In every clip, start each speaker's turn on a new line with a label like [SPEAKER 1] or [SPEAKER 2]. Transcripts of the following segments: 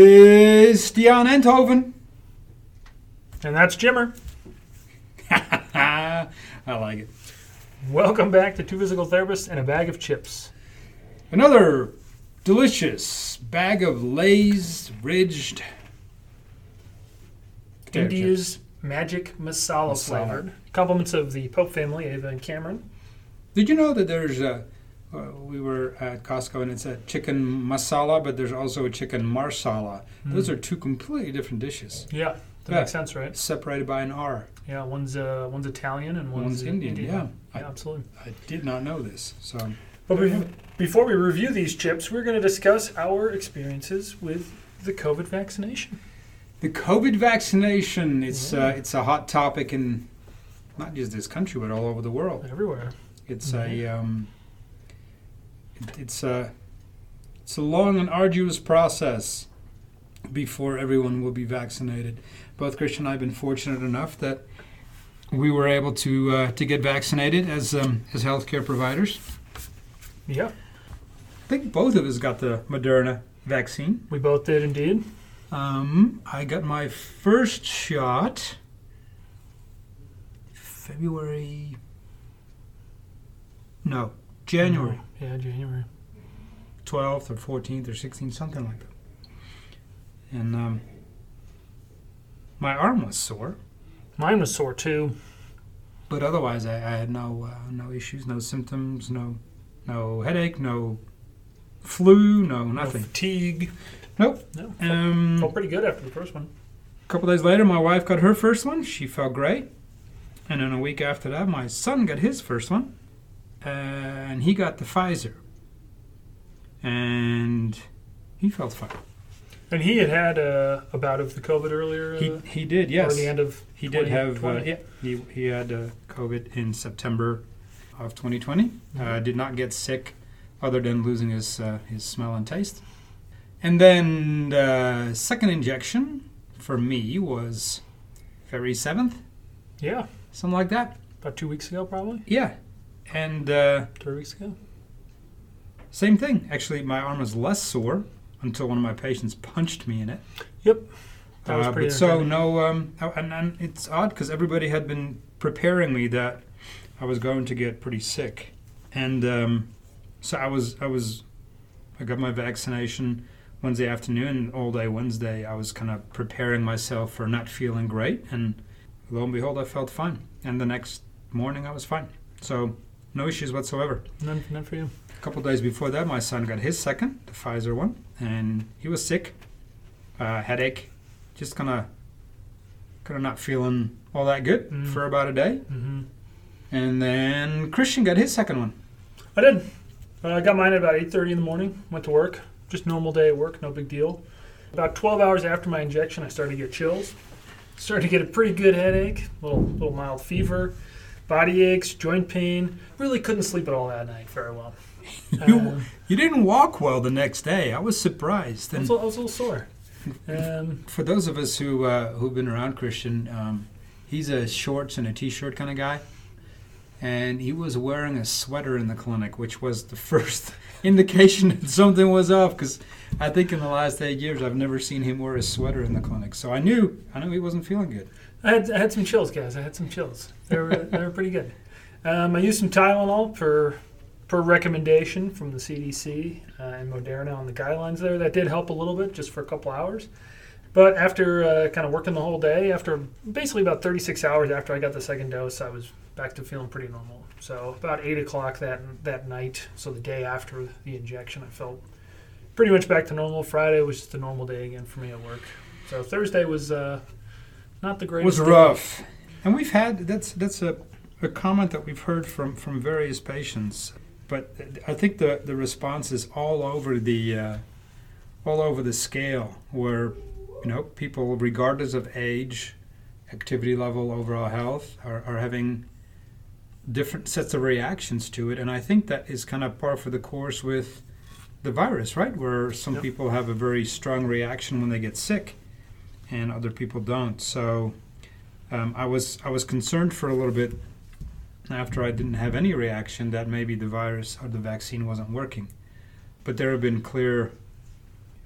[SPEAKER 1] Christian Enthoven.
[SPEAKER 2] And that's Jimmer.
[SPEAKER 1] I like it.
[SPEAKER 2] Welcome back to Two Physical Therapists and a Bag of Chips.
[SPEAKER 1] Another delicious bag of Lay's ridged potato chips.
[SPEAKER 2] India's magic masala,
[SPEAKER 1] Masala.
[SPEAKER 2] flavored. Compliments of the Pope family, Ava and Cameron.
[SPEAKER 1] Did you know that there's a, uh, we were at Costco and it's a chicken masala, but there's also a chicken marsala. Those are two completely different dishes,
[SPEAKER 2] Yeah, that
[SPEAKER 1] Yeah.
[SPEAKER 2] makes sense, right?
[SPEAKER 1] separated by an R.
[SPEAKER 2] Yeah, one's uh, one's Italian and one's,
[SPEAKER 1] One's Indian, yeah.
[SPEAKER 2] yeah, absolutely.
[SPEAKER 1] I did not know this, so
[SPEAKER 2] But we, before we review these chips, we're going to discuss our experiences with the COVID vaccination.
[SPEAKER 1] The COVID vaccination, it's, uh, it's a hot topic in not just this country, but all over the world.
[SPEAKER 2] Everywhere.
[SPEAKER 1] It's a, um, it- it's a, it's a long and arduous process before everyone will be vaccinated. Both Christian and I have been fortunate enough that we were able to, uh, to get vaccinated as, um, as healthcare providers.
[SPEAKER 2] Yeah,
[SPEAKER 1] I think both of us got the Moderna vaccine.
[SPEAKER 2] we both did indeed.
[SPEAKER 1] Um, I got my first shot February. No, January
[SPEAKER 2] Yeah, January.
[SPEAKER 1] 12th or 14th or 16th, something like that. And um, my arm was sore,
[SPEAKER 2] Mine was sore too.
[SPEAKER 1] but otherwise I, I had no uh, no issues, no symptoms, no no headache, no flu, no nothing.
[SPEAKER 2] No fatigue.
[SPEAKER 1] Nope.
[SPEAKER 2] No, felt,
[SPEAKER 1] Um,
[SPEAKER 2] felt pretty good after the first one.
[SPEAKER 1] A couple days later, my wife got her first one. She felt great. And then a week after that, my son got his first one. Uh, And he got the Pfizer. And he felt fine.
[SPEAKER 2] And he had had uh, a bout of the COVID earlier. Uh,
[SPEAKER 1] He, he did,
[SPEAKER 2] or
[SPEAKER 1] yes.
[SPEAKER 2] the end of
[SPEAKER 1] He did have, uh,
[SPEAKER 2] 2020.
[SPEAKER 1] yeah, he, he had uh, COVID in September of 2020.
[SPEAKER 2] Mm-hmm.
[SPEAKER 1] Uh, did not get sick other than losing his, uh, his smell and taste. And then the second injection for me was February 7th,
[SPEAKER 2] yeah,
[SPEAKER 1] something like that.
[SPEAKER 2] about two weeks ago, probably
[SPEAKER 1] Yeah, and uh,
[SPEAKER 2] three weeks ago.
[SPEAKER 1] same thing. Actually, my arm was less sore until one of my patients punched me in it.
[SPEAKER 2] Yep, that was
[SPEAKER 1] Uh,
[SPEAKER 2] pretty.
[SPEAKER 1] but so
[SPEAKER 2] entertaining.
[SPEAKER 1] no, um, oh, and, and it's odd because everybody had been preparing me that I was going to get pretty sick, and um, so I was, I was, I got my vaccination Wednesday afternoon, all day Wednesday. I was kind of preparing myself for not feeling great, and lo and behold, I felt fine. And the next morning, I was fine. So no issues whatsoever.
[SPEAKER 2] none, none for you.
[SPEAKER 1] A couple days before that, my son got his second, the Pfizer one, and he was sick, uh, headache, just kind of, kind of not feeling all that good
[SPEAKER 2] Mm.
[SPEAKER 1] for about a day.
[SPEAKER 2] hmm
[SPEAKER 1] And then Christian got his second one.
[SPEAKER 2] I did. Uh, I got mine at about eight thirty in the morning. Went to work, just normal day at work, no big deal. About twelve hours after my injection, I started to get chills. Started to get a pretty good headache, little little mild fever, body aches, joint pain. Really couldn't sleep at all that night very well.
[SPEAKER 1] You-
[SPEAKER 2] Um,
[SPEAKER 1] You didn't walk well the next day. I was surprised.
[SPEAKER 2] I
[SPEAKER 1] And
[SPEAKER 2] was, a- I was a little sore. Um,
[SPEAKER 1] for those of us who uh, who've been around Christian, um, he's a shorts and a t-shirt kind of guy, and he was wearing a sweater in the clinic, which was the first indication that something was off. Because I think in the last eight years, I've never seen him wear a sweater in the clinic, so I knew I knew he wasn't feeling good.
[SPEAKER 2] I had, I had some chills, guys. I had some chills. They were, they were pretty good. Um, I used some Tylenol per per recommendation from the CDC uh, and Moderna on the guidelines there. That did help a little bit, just for a couple hours. But after uh, kind of working the whole day, after basically about 36 hours after I got the second dose, I was back to feeling pretty normal. So about eight o'clock that that night, so the day after the injection, I felt pretty much back to normal. Friday was just a normal day again for me at work. So Thursday was uh, not the
[SPEAKER 1] It
[SPEAKER 2] greatest.
[SPEAKER 1] was
[SPEAKER 2] day.
[SPEAKER 1] rough, and we've had that's that's a, a comment that we've heard from from various patients, but I think the the response is all over the uh, all over the scale where you know people regardless of age, activity level, overall health are, are having different sets of reactions to it, and I think that is kind of par for the course with the virus, right? Where some
[SPEAKER 2] Yep.
[SPEAKER 1] people have a very strong reaction when they get sick, and other people don't. So um, I was I was concerned for a little bit after I didn't have any reaction that maybe the virus or the vaccine wasn't working, but there have been clear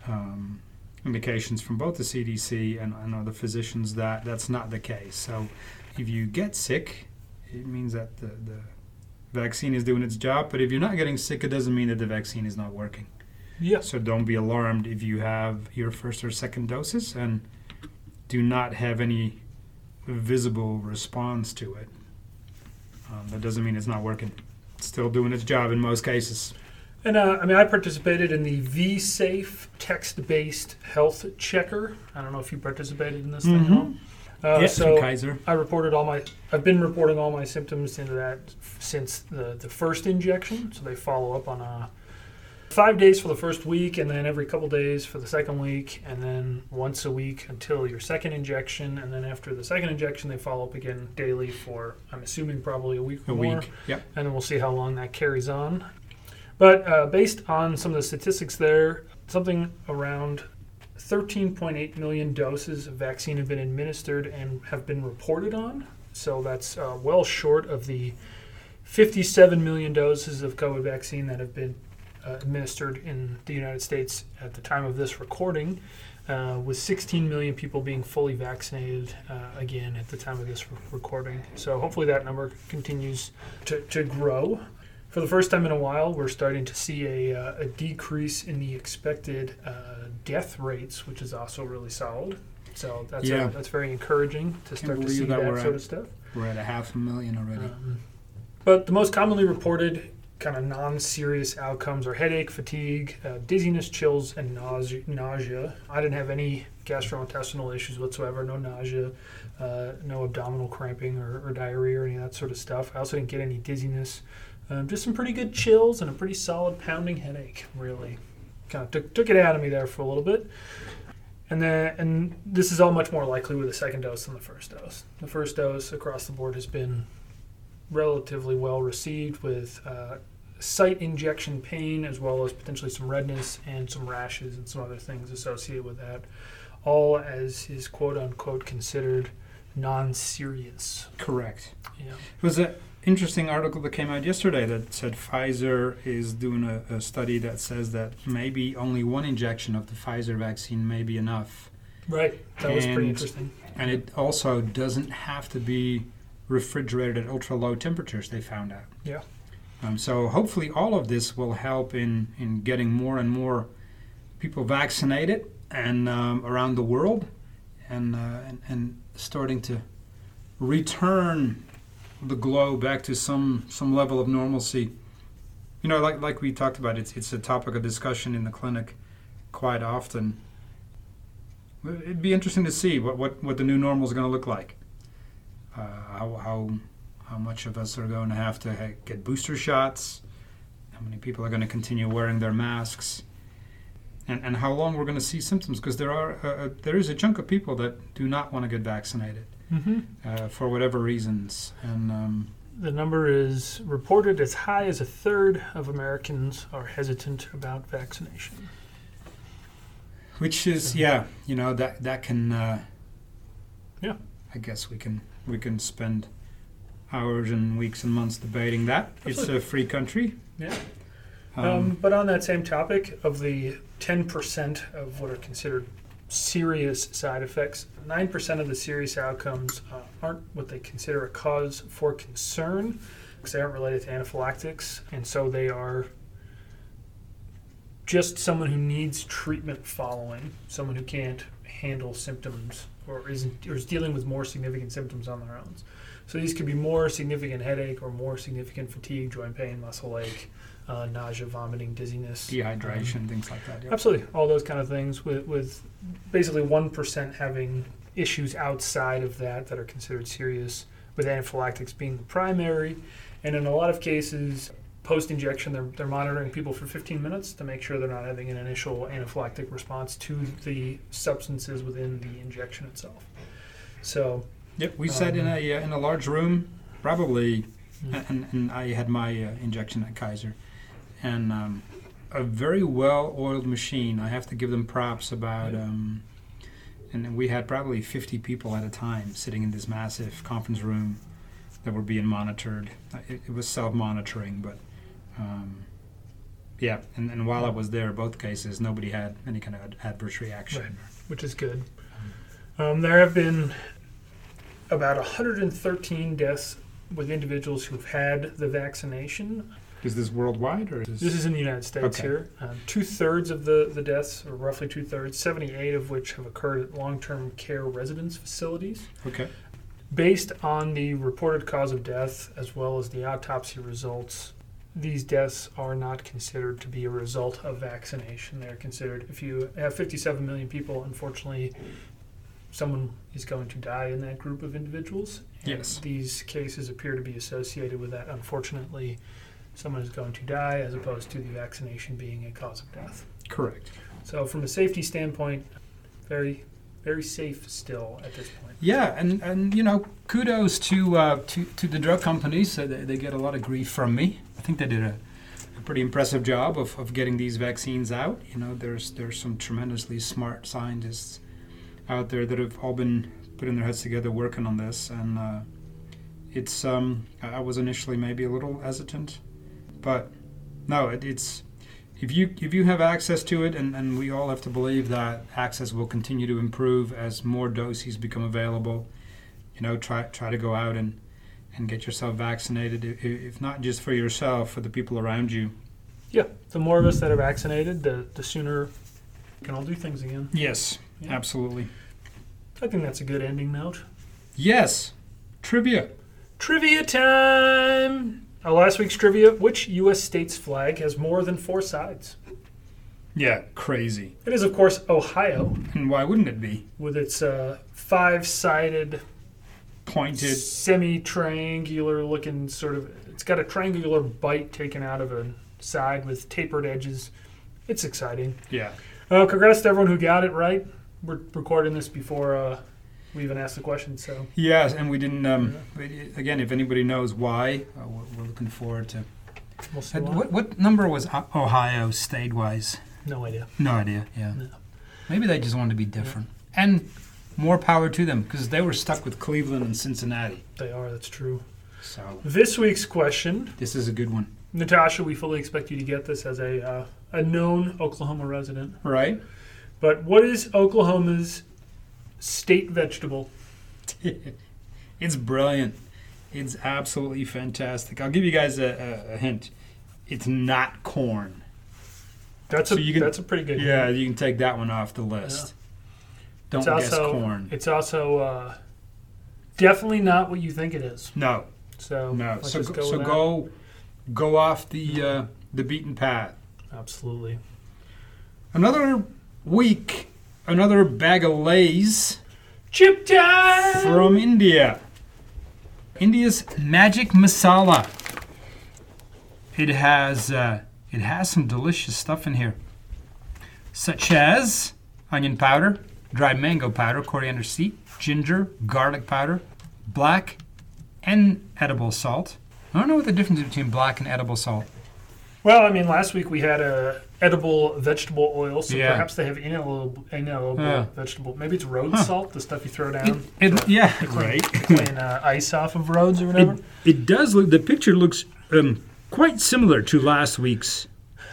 [SPEAKER 1] um, indications from both the CDC and, and other physicians that that's not the case. So if you get sick, it means that the, the vaccine is doing its job. But if you're not getting sick, it doesn't mean that the vaccine is not working.
[SPEAKER 2] Yes.
[SPEAKER 1] So don't be alarmed if you have your first or second doses and do not have any visible response to it. Um, that doesn't mean it's not working. It's still doing its job in most cases.
[SPEAKER 2] And uh, I mean, I participated in the VSafe text-based health checker. I don't know if you participated in this thing. at all.
[SPEAKER 1] Mhm.
[SPEAKER 2] Uh,
[SPEAKER 1] Yes,
[SPEAKER 2] so
[SPEAKER 1] Kaiser.
[SPEAKER 2] I reported all my. I've been reporting all my symptoms into that f- since the the first injection. So they follow up on uh, five days for the first week, and then every couple days for the second week, and then once a week until your second injection, and then after the second injection, they follow up again daily for. I'm assuming probably a week.
[SPEAKER 1] A
[SPEAKER 2] or more
[SPEAKER 1] week. Yep.
[SPEAKER 2] and then we'll see how long that carries on. But uh, based on some of the statistics there, something around 13.8 million doses of vaccine have been administered and have been reported on. So that's uh, well short of the 57 million doses of COVID vaccine that have been uh, administered in the United States at the time of this recording, uh, with 16 million people being fully vaccinated uh, again at the time of this re- recording. So hopefully that number continues to, to grow. For the first time in a while, we're starting to see a, uh, a decrease in the expected uh, death rates, which is also really solid. So that's,
[SPEAKER 1] Yeah.
[SPEAKER 2] a, that's very encouraging to start to
[SPEAKER 1] believe
[SPEAKER 2] see
[SPEAKER 1] that
[SPEAKER 2] that,
[SPEAKER 1] we're
[SPEAKER 2] sort
[SPEAKER 1] at-
[SPEAKER 2] of stuff.
[SPEAKER 1] We're at a half a million already.
[SPEAKER 2] Um, but the most commonly reported kind of non-serious outcomes are headache, fatigue, uh, dizziness, chills, and nausea, nausea. I didn't have any gastrointestinal issues whatsoever. No nausea, uh, no abdominal cramping or, or diarrhea or any of that sort of stuff. I also didn't get any dizziness. Um, just some pretty good chills and a pretty solid pounding headache. Really, kind of took, took it out of me there for a little bit. And then, and this is all much more likely with the second dose than the first dose. The first dose across the board has been relatively well received with uh, site injection pain as well as potentially some redness and some rashes and some other things associated with that, all as is quote unquote considered non-serious.
[SPEAKER 1] Correct.
[SPEAKER 2] Yeah.
[SPEAKER 1] It was an interesting article that came out yesterday that said Pfizer is doing a, a study that says that maybe only one injection of the Pfizer vaccine may be enough.
[SPEAKER 2] Right. That was pretty
[SPEAKER 1] And-
[SPEAKER 2] interesting.
[SPEAKER 1] And it also doesn't have to be refrigerated at ultra low temperatures, they found out.
[SPEAKER 2] Yeah.
[SPEAKER 1] Um, so hopefully, all of this will help in, in getting more and more people vaccinated and um, around the world and, uh, and, and starting to return the globe back to some, some level of normalcy. You know, like, like we talked about, it's, it's a topic of discussion in the clinic quite often. It'd be interesting to see what, what, what the new normal is going to look like. Uh, how, how, how much of us are going to have to ha- get booster shots, how many people are going to continue wearing their masks, and, and how long we're going to see symptoms because there are uh, uh, there is a chunk of people that do not want to get vaccinated
[SPEAKER 2] Mm-hmm.
[SPEAKER 1] uh, for whatever reasons, and um,
[SPEAKER 2] The number is reported as high as a third of Americans are hesitant about vaccination.
[SPEAKER 1] which is
[SPEAKER 2] So-
[SPEAKER 1] yeah, you know that that can uh,
[SPEAKER 2] Yeah.
[SPEAKER 1] I guess we can we can spend hours and weeks and months debating that.
[SPEAKER 2] Absolutely.
[SPEAKER 1] It's a free country.
[SPEAKER 2] Yeah. Um, but on that same topic of the 10% of what are considered serious side effects, 9% of the serious outcomes uh, aren't what they consider a cause for concern because they aren't related to anaphylactics. And so they are just someone who needs treatment following, someone who can't handle symptoms or isn't or is dealing with more significant symptoms on their own. So these could be more significant headache or more significant fatigue, joint pain, muscle ache, uh, nausea, vomiting, dizziness,
[SPEAKER 1] dehydration, things like that. yeah.
[SPEAKER 2] Absolutely, all those kind of things with with basically one percent having issues outside of that that are considered serious, with anaphylactics being the primary, and in a lot of cases. Post injection, they're, they're monitoring people for 15 minutes to make sure they're not having an initial anaphylactic response to the substances within the injection itself. So,
[SPEAKER 1] Yep, we sat in
[SPEAKER 2] Um,
[SPEAKER 1] a uh, in a large room, probably,
[SPEAKER 2] Mm.
[SPEAKER 1] and, and I had my uh, injection at Kaiser, and um, a very well-oiled machine. I have to give them props about.
[SPEAKER 2] Yeah.
[SPEAKER 1] Um, and then we had probably 50 people at a time sitting in this massive conference room that were being monitored. Uh, It, it was self-monitoring, but um, Yeah, and, and while I was there, both cases, nobody had any kind of ad- adverse reaction.
[SPEAKER 2] Right. which is good. Um, there have been about 113 deaths with individuals who've had the vaccination.
[SPEAKER 1] Is this worldwide or is
[SPEAKER 2] This is in the United States
[SPEAKER 1] Okay.
[SPEAKER 2] here. Um, two thirds of the, the deaths, or roughly two thirds, 78 of which have occurred at long term care residence facilities.
[SPEAKER 1] okay?
[SPEAKER 2] Based on the reported cause of death as well as the autopsy results, these deaths are not considered to be a result of vaccination. They're considered, if you have 57 million people, unfortunately, someone is going to die in that group of individuals. And
[SPEAKER 1] Yes.
[SPEAKER 2] These cases appear to be associated with that. Unfortunately, someone is going to die as opposed to the vaccination being a cause of death.
[SPEAKER 1] Correct.
[SPEAKER 2] So, from a safety standpoint, very, very safe still at this point.
[SPEAKER 1] Yeah, and, and you know, kudos to uh, to, to the drug companies. Uh, they, they get a lot of grief from me. I think they did a, a pretty impressive job of, of getting these vaccines out. You know, there's there's some tremendously smart scientists out there that have all been putting their heads together working on this, and uh, it's um, I I was initially maybe a little hesitant, but no, it, it's. If you, if you have access to it, and, and we all have to believe that access will continue to improve as more doses become available, you know, try, try to go out and, and get yourself vaccinated, i- i- if not just for yourself, for the people around you.
[SPEAKER 2] Yeah, the more of us that are vaccinated, the, the sooner we can all do things again.
[SPEAKER 1] Yes,
[SPEAKER 2] Yeah.
[SPEAKER 1] absolutely.
[SPEAKER 2] I think that's a good ending note.
[SPEAKER 1] Yes, trivia.
[SPEAKER 2] Trivia time! Our last week's trivia which U.S. state's flag has more than four sides?
[SPEAKER 1] Yeah, crazy.
[SPEAKER 2] It is, of course, Ohio,
[SPEAKER 1] And why wouldn't it be?
[SPEAKER 2] with its uh, five sided,
[SPEAKER 1] Pointed.
[SPEAKER 2] semi triangular looking sort of. It's got a triangular bite taken out of a side with tapered edges. It's exciting.
[SPEAKER 1] Yeah.
[SPEAKER 2] Uh, congrats to everyone who got it right. We're recording this before uh, we even asked the question, so.
[SPEAKER 1] Yes, and we didn't. Um, we- Again, if anybody knows why, uh, we're we're looking forward to.
[SPEAKER 2] We'll see why.
[SPEAKER 1] What, what number was O- Ohio statewise?
[SPEAKER 2] No idea.
[SPEAKER 1] No idea. Yeah.
[SPEAKER 2] No.
[SPEAKER 1] Maybe they just wanted to be different. And more power to them because they were stuck with Cleveland and Cincinnati.
[SPEAKER 2] They are, that's true.
[SPEAKER 1] So
[SPEAKER 2] This week's question,
[SPEAKER 1] this is a good one,
[SPEAKER 2] Natasha, we fully expect you to get this as a, uh, a known Oklahoma resident.
[SPEAKER 1] right?
[SPEAKER 2] But what is Oklahoma's state vegetable?
[SPEAKER 1] it's brilliant. It's absolutely fantastic. I'll give you guys a, a, a hint. It's not corn.
[SPEAKER 2] That's
[SPEAKER 1] So
[SPEAKER 2] a
[SPEAKER 1] you can-
[SPEAKER 2] that's a pretty good
[SPEAKER 1] Yeah, you can take that one off the list. Don't
[SPEAKER 2] It's
[SPEAKER 1] guess
[SPEAKER 2] also
[SPEAKER 1] corn.
[SPEAKER 2] it's also uh, definitely not what you think it is.
[SPEAKER 1] No,
[SPEAKER 2] So
[SPEAKER 1] no.
[SPEAKER 2] Oh, let's
[SPEAKER 1] So
[SPEAKER 2] just
[SPEAKER 1] go,
[SPEAKER 2] go
[SPEAKER 1] so
[SPEAKER 2] with that.
[SPEAKER 1] go, go off the uh, the beaten path.
[SPEAKER 2] absolutely.
[SPEAKER 1] Another week, another bag of lays.
[SPEAKER 2] Chip time.
[SPEAKER 1] from India. India's magic masala. It has uh, it has some delicious stuff in here, such as onion powder, dried mango powder, coriander seed, ginger, garlic powder, black, and edible salt. I don't know what the difference is between black and edible salt.
[SPEAKER 2] Well, I mean, last week we had a edible vegetable oil, so
[SPEAKER 1] Yeah.
[SPEAKER 2] perhaps they have inedible, inedible
[SPEAKER 1] Yeah.
[SPEAKER 2] vegetable. Maybe it's road
[SPEAKER 1] Huh.
[SPEAKER 2] salt, the stuff you throw
[SPEAKER 1] It,
[SPEAKER 2] down
[SPEAKER 1] it, yeah,
[SPEAKER 2] Right. playing uh, ice off of roads or whatever.
[SPEAKER 1] It, it does look. The picture looks um, quite similar to last week's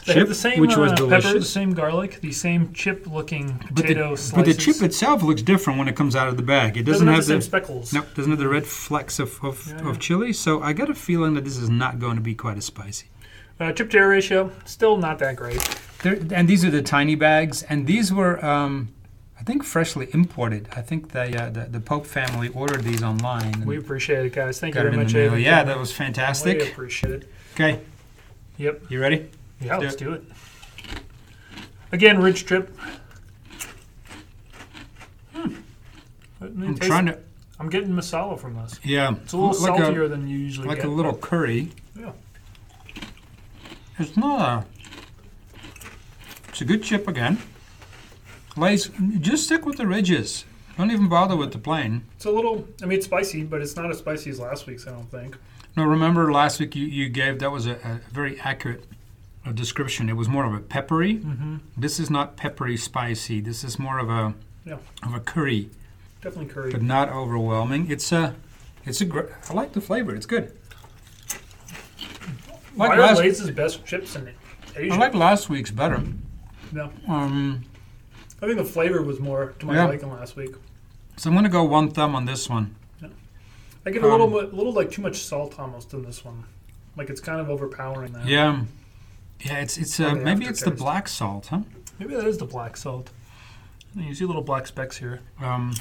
[SPEAKER 2] they
[SPEAKER 1] chip,
[SPEAKER 2] have the same
[SPEAKER 1] which was
[SPEAKER 2] uh, pepper, the
[SPEAKER 1] delicious.
[SPEAKER 2] same garlic, the same chip-looking
[SPEAKER 1] But the,
[SPEAKER 2] potato slices.
[SPEAKER 1] but the chip itself looks different when it comes out of the bag. It doesn't,
[SPEAKER 2] doesn't have
[SPEAKER 1] have
[SPEAKER 2] the same
[SPEAKER 1] the
[SPEAKER 2] speckles.
[SPEAKER 1] nope, doesn't have the red flecks of, of,
[SPEAKER 2] Yeah.
[SPEAKER 1] of chili. So I got a feeling that this is not going to be quite as spicy.
[SPEAKER 2] Uh, chip to air ratio still not that great.
[SPEAKER 1] There, and these are the tiny bags, and these were, um, I think, freshly imported. I think they, uh, the the Pope family ordered these online. and
[SPEAKER 2] We appreciate it, guys. Thank
[SPEAKER 1] got
[SPEAKER 2] you
[SPEAKER 1] them
[SPEAKER 2] very
[SPEAKER 1] in
[SPEAKER 2] much,
[SPEAKER 1] the mail.
[SPEAKER 2] Abe.
[SPEAKER 1] Yeah, that was
[SPEAKER 2] We
[SPEAKER 1] fantastic.
[SPEAKER 2] appreciate it.
[SPEAKER 1] Okay,
[SPEAKER 2] Yep.
[SPEAKER 1] you ready?
[SPEAKER 2] Yeah,
[SPEAKER 1] do
[SPEAKER 2] let's do it. Again, ridge trip. Hmm. It
[SPEAKER 1] I'm
[SPEAKER 2] tastes-
[SPEAKER 1] trying to.
[SPEAKER 2] I'm getting masala from this.
[SPEAKER 1] Yeah,
[SPEAKER 2] It's a little
[SPEAKER 1] like
[SPEAKER 2] saltier than you usually
[SPEAKER 1] like
[SPEAKER 2] get.
[SPEAKER 1] a little curry.
[SPEAKER 2] Yeah.
[SPEAKER 1] It's not a. It's a good chip again. Lays, just stick with the ridges. Don't even bother with the plain.
[SPEAKER 2] It's a little. I mean, it's spicy, but it's not as spicy as last week's. I don't think.
[SPEAKER 1] Now, remember last week you, you gave that was a, a very accurate uh, description. It was more of a peppery.
[SPEAKER 2] Mm-hmm.
[SPEAKER 1] This is not peppery spicy. This is more of a
[SPEAKER 2] Yeah.
[SPEAKER 1] of a curry,
[SPEAKER 2] Definitely curry.
[SPEAKER 1] but not overwhelming. It's a it's a gr- I like the flavor. It's good. Like
[SPEAKER 2] Why are
[SPEAKER 1] last,
[SPEAKER 2] Lay's best chips in Asia.
[SPEAKER 1] I like last week's better.
[SPEAKER 2] no,
[SPEAKER 1] Um,
[SPEAKER 2] I think the flavor was more to my
[SPEAKER 1] Yeah.
[SPEAKER 2] liking last week.
[SPEAKER 1] so I'm gonna go one thumb on this one.
[SPEAKER 2] I get a little,
[SPEAKER 1] Um,
[SPEAKER 2] bit- little like too much salt almost in this one. Like it's kind of overpowering that.
[SPEAKER 1] Yeah, yeah. It's it's uh,
[SPEAKER 2] Or the
[SPEAKER 1] maybe it's the
[SPEAKER 2] aftertaste.
[SPEAKER 1] black salt, huh?
[SPEAKER 2] Maybe that is the black salt. You see little black specks here.
[SPEAKER 1] Um,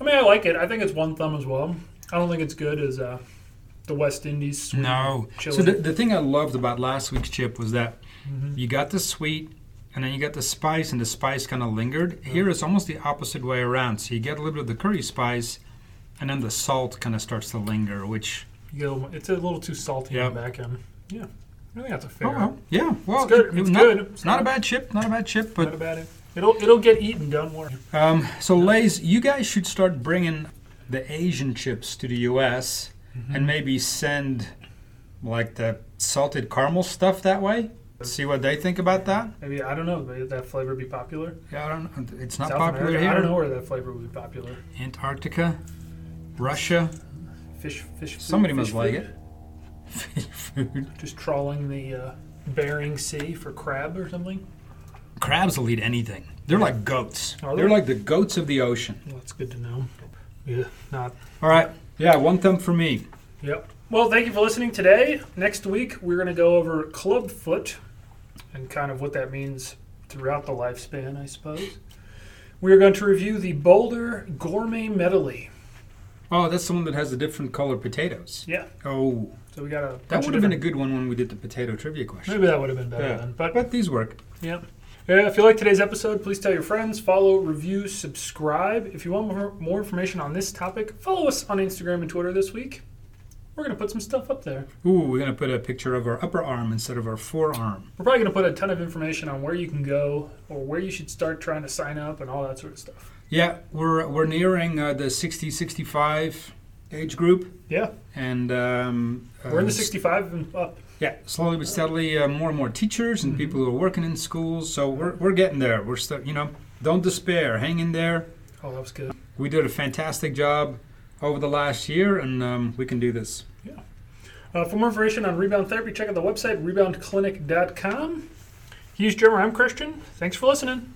[SPEAKER 2] I mean, I like it. I think it's one thumb as well. I don't think it's good as uh, the West Indies. sweet
[SPEAKER 1] no.
[SPEAKER 2] Chili.
[SPEAKER 1] So the, the thing I loved about last week's chip was that
[SPEAKER 2] Mhm.
[SPEAKER 1] you got the sweet. And then you got the spice, and the spice kind of lingered. Here it's almost the opposite way around. So you get a little bit of the curry spice, and then the salt kind of starts to linger, which oh
[SPEAKER 2] You get a little- it's a little too salty
[SPEAKER 1] Yeah.
[SPEAKER 2] in the back end. Yeah, I think that's a fair.
[SPEAKER 1] Oh, well, yeah. Well,
[SPEAKER 2] It's good.
[SPEAKER 1] it- it-
[SPEAKER 2] It's
[SPEAKER 1] not,
[SPEAKER 2] good.
[SPEAKER 1] It's not a bad chip. Not a bad chip.
[SPEAKER 2] Not
[SPEAKER 1] But
[SPEAKER 2] about it. It'll it'll get eaten. Don't worry.
[SPEAKER 1] um, so, Lay's, you guys should start bringing the Asian chips to the U.S.
[SPEAKER 2] Mm-hmm.
[SPEAKER 1] and maybe send like the salted caramel stuff that way. See what they think about that.
[SPEAKER 2] Maybe I don't know. Maybe that flavor be popular.
[SPEAKER 1] Yeah, I don't. It's not
[SPEAKER 2] South
[SPEAKER 1] popular
[SPEAKER 2] America,
[SPEAKER 1] here.
[SPEAKER 2] I don't know where that flavor would be popular.
[SPEAKER 1] Antarctica, Russia.
[SPEAKER 2] Fish, fish. Food,
[SPEAKER 1] Somebody
[SPEAKER 2] fish
[SPEAKER 1] must like
[SPEAKER 2] food?
[SPEAKER 1] it. Fish food.
[SPEAKER 2] Just trawling the uh, Bering Sea for crab or something.
[SPEAKER 1] Crabs will eat anything. They're like goats.
[SPEAKER 2] Are they?
[SPEAKER 1] They're like the goats of the ocean.
[SPEAKER 2] Well, that's good to know. Yeah, not.
[SPEAKER 1] All right. Yeah, one thumb for me.
[SPEAKER 2] Yep. Well, thank you for listening today. Next week we're going to go over clubfoot and kind of what that means throughout the lifespan, I suppose. We are going to review the Boulder Gourmet Medley.
[SPEAKER 1] Oh, that's the one that has the different colored potatoes.
[SPEAKER 2] Yeah.
[SPEAKER 1] Oh,
[SPEAKER 2] So we got a
[SPEAKER 1] that
[SPEAKER 2] bunch of
[SPEAKER 1] would have been a
[SPEAKER 2] different-
[SPEAKER 1] good one when we did the potato trivia question.
[SPEAKER 2] maybe that would have been better
[SPEAKER 1] Yeah.
[SPEAKER 2] then. But
[SPEAKER 1] But these work.
[SPEAKER 2] Yeah. Yeah, if you like today's episode, please tell your friends, follow, review, subscribe. If you want more, more information on this topic, follow us on Instagram and Twitter this week. We're going to put some stuff up there.
[SPEAKER 1] Ooh, we're gonna put a picture of our upper arm instead of our forearm.
[SPEAKER 2] We're probably going to put a ton of information on where you can go or where you should start trying to sign up and all that sort of stuff.
[SPEAKER 1] Yeah, we're we're nearing uh, the 60 65 age group,
[SPEAKER 2] Yeah.
[SPEAKER 1] and um,
[SPEAKER 2] We're in
[SPEAKER 1] uh,
[SPEAKER 2] the 65 and up.
[SPEAKER 1] Yeah, slowly but steadily, uh, more and more teachers
[SPEAKER 2] Mm-hmm.
[SPEAKER 1] and people who are working in schools. So we're we're getting there. We're still, you know, don't despair. Hang in there.
[SPEAKER 2] Oh, that was good.
[SPEAKER 1] We did a fantastic job over the last year, and um, we can do this.
[SPEAKER 2] Uh, for more information on rebound therapy, check out the website reboundclinic.com. He's drummer. I'm Christian. Thanks for listening.